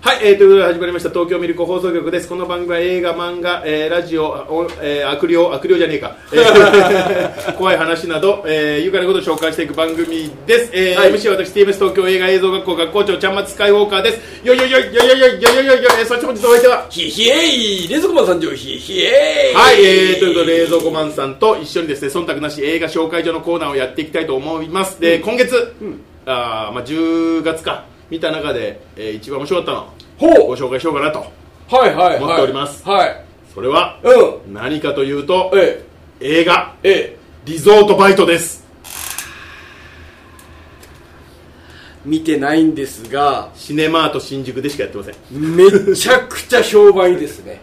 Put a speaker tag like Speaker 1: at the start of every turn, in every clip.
Speaker 1: はい、えー、ということで始まりました東京ミルク放送局です。この番組は映画、漫画、えーラジオ、おえー悪霊、悪霊じゃねえか、えー怖い話など、えー、愉快なことを紹介していく番組です。えー
Speaker 2: はい
Speaker 1: MC は私、TMS 東京映画映像学校学校長、ちゃんまつスカイウォーカーです。よいよいよいよいよいよいよいよいよいよ、えー、そして本日のお相手は、
Speaker 2: ひひえい冷蔵庫マン参上ひひえい
Speaker 1: はい、えー、ということで冷蔵庫マンさんと一緒にですね、忖度なし映画紹介所のコーナーをやっていきたいと思います。で、今月、あーまあ、10月か、見た中で、えー一番面白かったの、
Speaker 2: ほ
Speaker 1: ご紹介しようかなと。
Speaker 2: うはいはいはい
Speaker 1: 持っております
Speaker 2: はい
Speaker 1: それは、
Speaker 2: うん
Speaker 1: 何かというと
Speaker 2: え
Speaker 1: 映画
Speaker 2: ええ
Speaker 1: 「リゾートバイト」です
Speaker 2: え見てないんですが
Speaker 1: シネマート新宿でしかやってません
Speaker 2: めちゃくちゃ評判いいで すね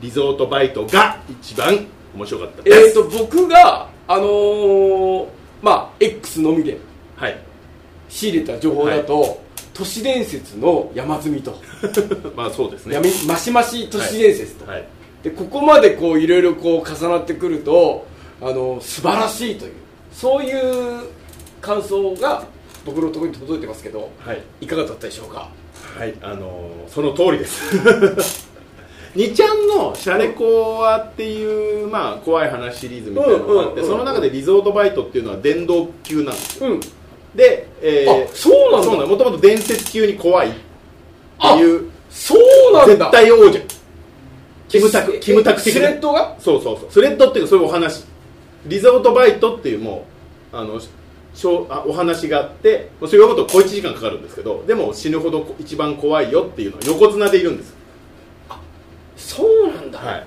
Speaker 1: リゾートバイトが一番面白かったです
Speaker 2: えっと僕があのー、まあ X のみで
Speaker 1: はい
Speaker 2: 仕入れた情報だと、都市伝説の山積みと、
Speaker 1: まあそうですね
Speaker 2: やめマシマシ都市伝説と、
Speaker 1: はい
Speaker 2: でここまでこういろいろこう重なってくるとあの素晴らしいというそういう感想が僕のところに届いてますけど、
Speaker 1: はい、
Speaker 2: いかがだったでしょうか
Speaker 1: はい、あのーその通りです 二ちゃんの「シャレコア」っていう、まあ、怖い話シリーズみたいなのがあっ
Speaker 2: う
Speaker 1: て
Speaker 2: んうんうんうん
Speaker 1: その中でリゾートバイトっていうのは殿堂級なんですよ
Speaker 2: うん
Speaker 1: で、えー
Speaker 2: あそうなんだ
Speaker 1: そうもともと伝説級に怖いって
Speaker 2: あ
Speaker 1: いう
Speaker 2: そうなん
Speaker 1: 絶
Speaker 2: だ
Speaker 1: 対王者キムタクキムタク的
Speaker 2: ス
Speaker 1: な
Speaker 2: レッドが
Speaker 1: そうそうそうスレッドっていうかそういうお話リゾートバイトっていうもうあのししょうあお話があってそれ読むと小1時間かかるんですけどでも死ぬほどこ一番怖いよっていうのは横綱でいるんです、
Speaker 2: そうなんだ、
Speaker 1: はい、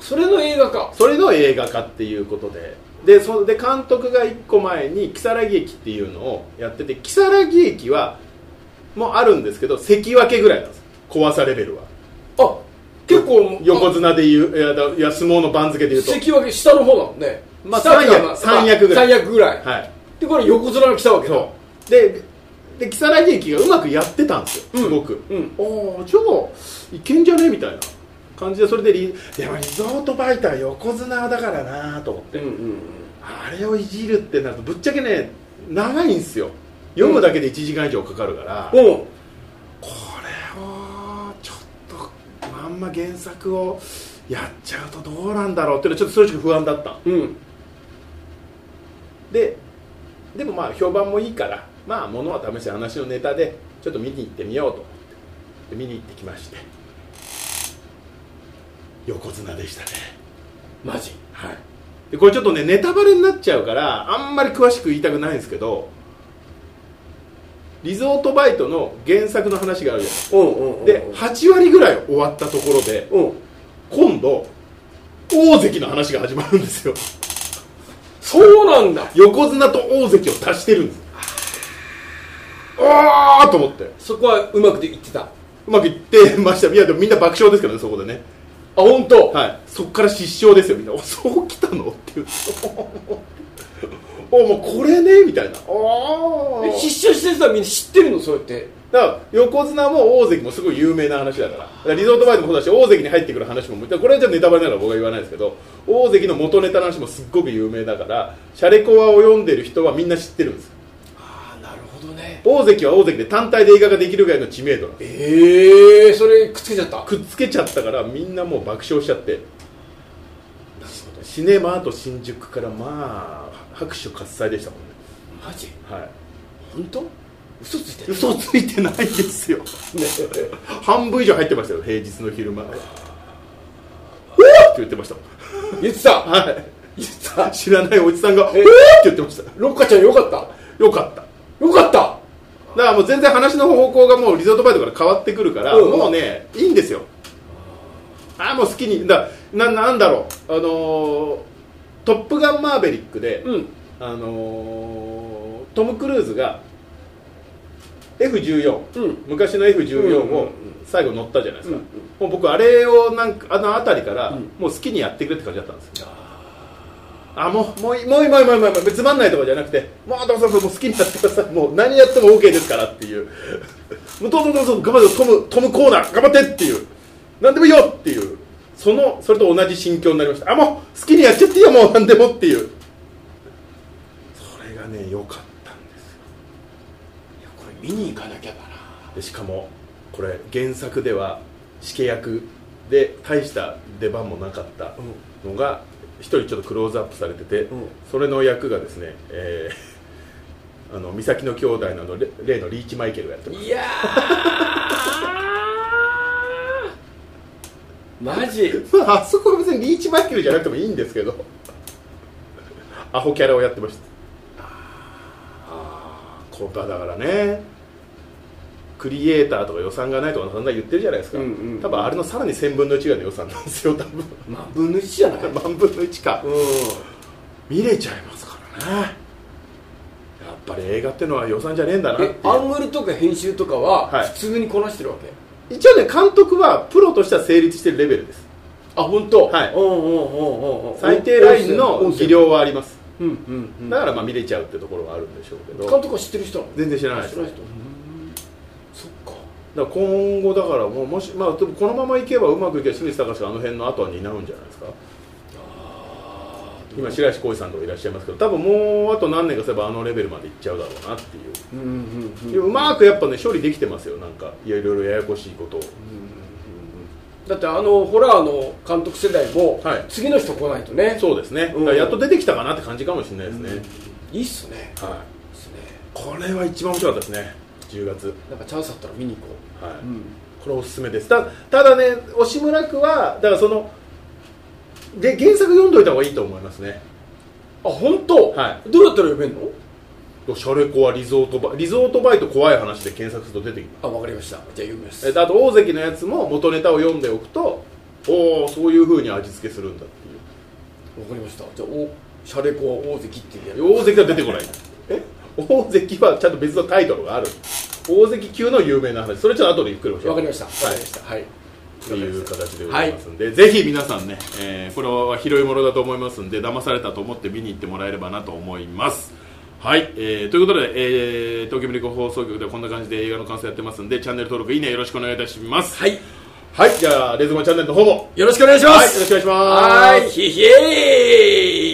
Speaker 2: それの映画か
Speaker 1: それの映画化っていうことででそで監督が1個前に「如月駅」っていうのをやってて如月駅はもあるんですけど関脇ぐらいなんです怖さレベルは
Speaker 2: あ結構
Speaker 1: 横
Speaker 2: あ
Speaker 1: 綱でいういやだいや相撲の番付でいうと
Speaker 2: 関脇下の方だもんね、
Speaker 1: まあ
Speaker 2: 下っていうのは
Speaker 1: 三役
Speaker 2: ま
Speaker 1: 三役ぐらい
Speaker 2: あ三役ぐらい、
Speaker 1: はい
Speaker 2: でこれ横綱が来たわけだ
Speaker 1: そうでで木更木駅がうまくやってたんですよ、
Speaker 2: うん
Speaker 1: すごく、
Speaker 2: うん
Speaker 1: おおじゃあいけんじゃねみたいな感じでそれでリでもリゾートバイター横綱だからなと思って、
Speaker 2: うんうん
Speaker 1: あれをいじるってなるとぶっちゃけね長いんですよ読むだけで1時間以上かかるから、
Speaker 2: う
Speaker 1: こ
Speaker 2: んうん
Speaker 1: れをちょっとまんま原作をやっちゃうとどうなんだろうっていうのはちょっと正直不安だった
Speaker 2: うん
Speaker 1: ででもまあ評判もいいからまあものは試して話のネタでちょっと見に行ってみようと思ってで見に行ってきまして横綱でしたね
Speaker 2: マジ
Speaker 1: はいでこれちょっとねネタバレになっちゃうからあんまり詳しく言いたくないんですけどリゾートバイトの原作の話があるじゃない
Speaker 2: うんうんうんうん
Speaker 1: で8割ぐらい終わったところで
Speaker 2: うん
Speaker 1: 今度大関の話が始まるんですよ
Speaker 2: そうなんだ
Speaker 1: 横綱と大関を足してるんですああと思ってう
Speaker 2: そこはうまくいってたあ
Speaker 1: まくいってましたいやでもみんな爆笑ですからねそこでね
Speaker 2: 本当。
Speaker 1: はいそこから失笑ですよみんなおそう来たのっていうおもうこれねみたいなお
Speaker 2: え必勝してる人はみんな知ってるのそうやって
Speaker 1: だから横綱も大関もすごい有名な話だからだからリゾートバイトもそうだし大関に入ってくる話もだからこれはじゃあネタバレなら僕は言わないですけど大関の元ネタの話もすっごく有名だからシャレコアを読んでる人はみんな知ってるんです
Speaker 2: ああなるほどね
Speaker 1: 大関は大関で単体で映画ができるぐらいの知名度なんです
Speaker 2: ええー、それくっつけちゃった
Speaker 1: くっつけちゃったからみんなもう爆笑しちゃってシネマート新宿からまあ拍手喝采でしたもんね
Speaker 2: マジ
Speaker 1: はい
Speaker 2: 本当嘘ついてる
Speaker 1: 嘘ついてないですよ半分以上入ってましたよ平日の昼間うわっって言ってましたもん
Speaker 2: 言ってた
Speaker 1: はい
Speaker 2: 言ってた
Speaker 1: 知らないおじさんが「うわっ!」って言ってました
Speaker 2: ロッカちゃんよかった
Speaker 1: よかった
Speaker 2: よかった
Speaker 1: だからもう全然話の方向がもうリゾートバイトから変わってくるから、
Speaker 2: うんうん
Speaker 1: もうねいいんですよああもう好きにだななんだろうあのートップガンマーベリック」で、
Speaker 2: うん
Speaker 1: あのートム・クルーズが F14、
Speaker 2: うん
Speaker 1: 昔の F14
Speaker 2: うんうんうん
Speaker 1: を最後乗ったじゃないですか、
Speaker 2: う
Speaker 1: も
Speaker 2: ん
Speaker 1: う僕あれをなんかあの辺りから
Speaker 2: ん
Speaker 1: もう好きにやってくれって感じだったんですよ、あもうもういいもういいもういいもういいもういいもうつまんないとかじゃなくてもうどうぞどうぞもう好きにやってくださいもう何やっても OK ですからっていうもうどうぞどうぞ頑張ってトムトムコーナー頑張ってっていう何でもいいよっていうそのそれと同じ心境になりましたあもう好きにやっちゃっていいよもう何でもっていうそれがね良かったんですよ
Speaker 2: いやこれ見に行かなきゃだな
Speaker 1: でしかもこれ原作では死刑役で大した出番もなかったのが一人ちょっとクローズアップされてて、
Speaker 2: うん
Speaker 1: それの役がですね、えーあの美咲の兄弟などれ例のリーチマイケルがやってます
Speaker 2: いやーマジ
Speaker 1: ま あ、あそこは別にリーチマイケルじゃなくてもいいんですけど アホキャラをやってましたああコーパーだからねクリエイターとか予算がないとかそんな言ってるじゃないですか、
Speaker 2: うんうんうん
Speaker 1: 多分あれのさらに1000分の1がの予算なんですよ多分
Speaker 2: 万分の1じゃない、
Speaker 1: 万分の1か
Speaker 2: うん
Speaker 1: 見れちゃいますからねやっぱり映画ってのは予算じゃねえんだなっていう
Speaker 2: えアングルとか編集とかは
Speaker 1: はい
Speaker 2: 普通にこなしてるわけ、
Speaker 1: 一応ね監督はプロとしては成立してるレベルです
Speaker 2: あ本当
Speaker 1: はい
Speaker 2: うんうんうんうんうん
Speaker 1: 最低ラインの技量はあります
Speaker 2: うんうんうん
Speaker 1: だからまあ見れちゃうってところはあるんでしょうけど
Speaker 2: 監督は知ってる人なの
Speaker 1: 全然知らないです
Speaker 2: 知らない人うーんそっか
Speaker 1: だから今後だからもうもし、まあ、でもこのままいけばうまくいけば清水隆があの辺の後は担うんじゃないですか今白石浩二さんとかいらっしゃいますけど多分もうあと何年かすればあのレベルまでいっちゃうだろうなっていう、
Speaker 2: うんうんうん
Speaker 1: うまくやっぱね処理できてますよなんかいやいろいろややこしいことを
Speaker 2: だってあのホラーの監督世代も、
Speaker 1: はい
Speaker 2: 次の人来ないとね
Speaker 1: そうですね、だからやっと出てきたかなって感じかもしれないですね、
Speaker 2: いいっすね
Speaker 1: はい
Speaker 2: いいっすね
Speaker 1: これは一番面白かったですね10月
Speaker 2: なんかチャンスあったら見に行こ
Speaker 1: はい、
Speaker 2: う、うん、
Speaker 1: これおすすめですたただね押村区はだからそので原作読んどいた方がいいと思いますね
Speaker 2: あ本当
Speaker 1: はい
Speaker 2: どうやったら読めんの
Speaker 1: シャレコはリゾートバイリゾートバイト怖い話で検索すると出てきま
Speaker 2: あわかりましたじゃあ読みますす
Speaker 1: えっとあと大関のやつも元ネタを読んでおくとおおそういうふうに味付けするんだって
Speaker 2: わかりましたじゃあおシャレコは大関っていうや
Speaker 1: いう大関は出てこないえ大関はちゃんと別のタイトルがある大関級の有名な話それちょっと後でゆっくり教えて
Speaker 2: つわかりました
Speaker 1: はい
Speaker 2: わかりましたはい
Speaker 1: という形でございますんで、ぜひ皆さんね、えーこれは拾い物だと思いますんで騙されたと思って見に行ってもらえればなと思いますはい、えーということで、えー東京ミリコ放送局ではこんな感じで映画の感想やってますんでチャンネル登録いいねよろしくお願いいたします
Speaker 2: はい
Speaker 1: はい、じゃあレズマチャンネルの方も
Speaker 2: よろしくお願いしま
Speaker 1: はいよろしくお
Speaker 2: す
Speaker 1: 願いします
Speaker 2: はいひひー